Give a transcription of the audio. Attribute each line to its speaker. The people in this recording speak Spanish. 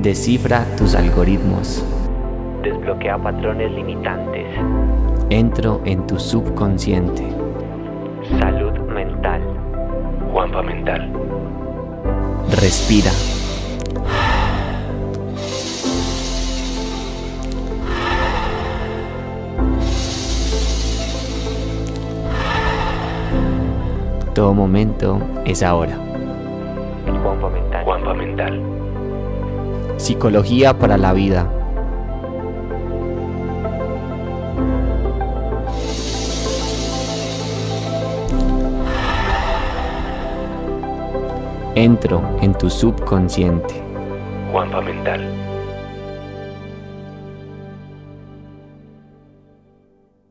Speaker 1: Descifra tus algoritmos.
Speaker 2: Desbloquea patrones limitantes.
Speaker 1: Entro en tu subconsciente.
Speaker 2: Salud mental.
Speaker 3: Juanpa Mental.
Speaker 1: Respira. Todo momento es ahora.
Speaker 2: Juanpa mental.
Speaker 3: Juanpa Mental.
Speaker 1: Psicología para la vida. Entro en tu subconsciente.
Speaker 3: Juanpa Mental.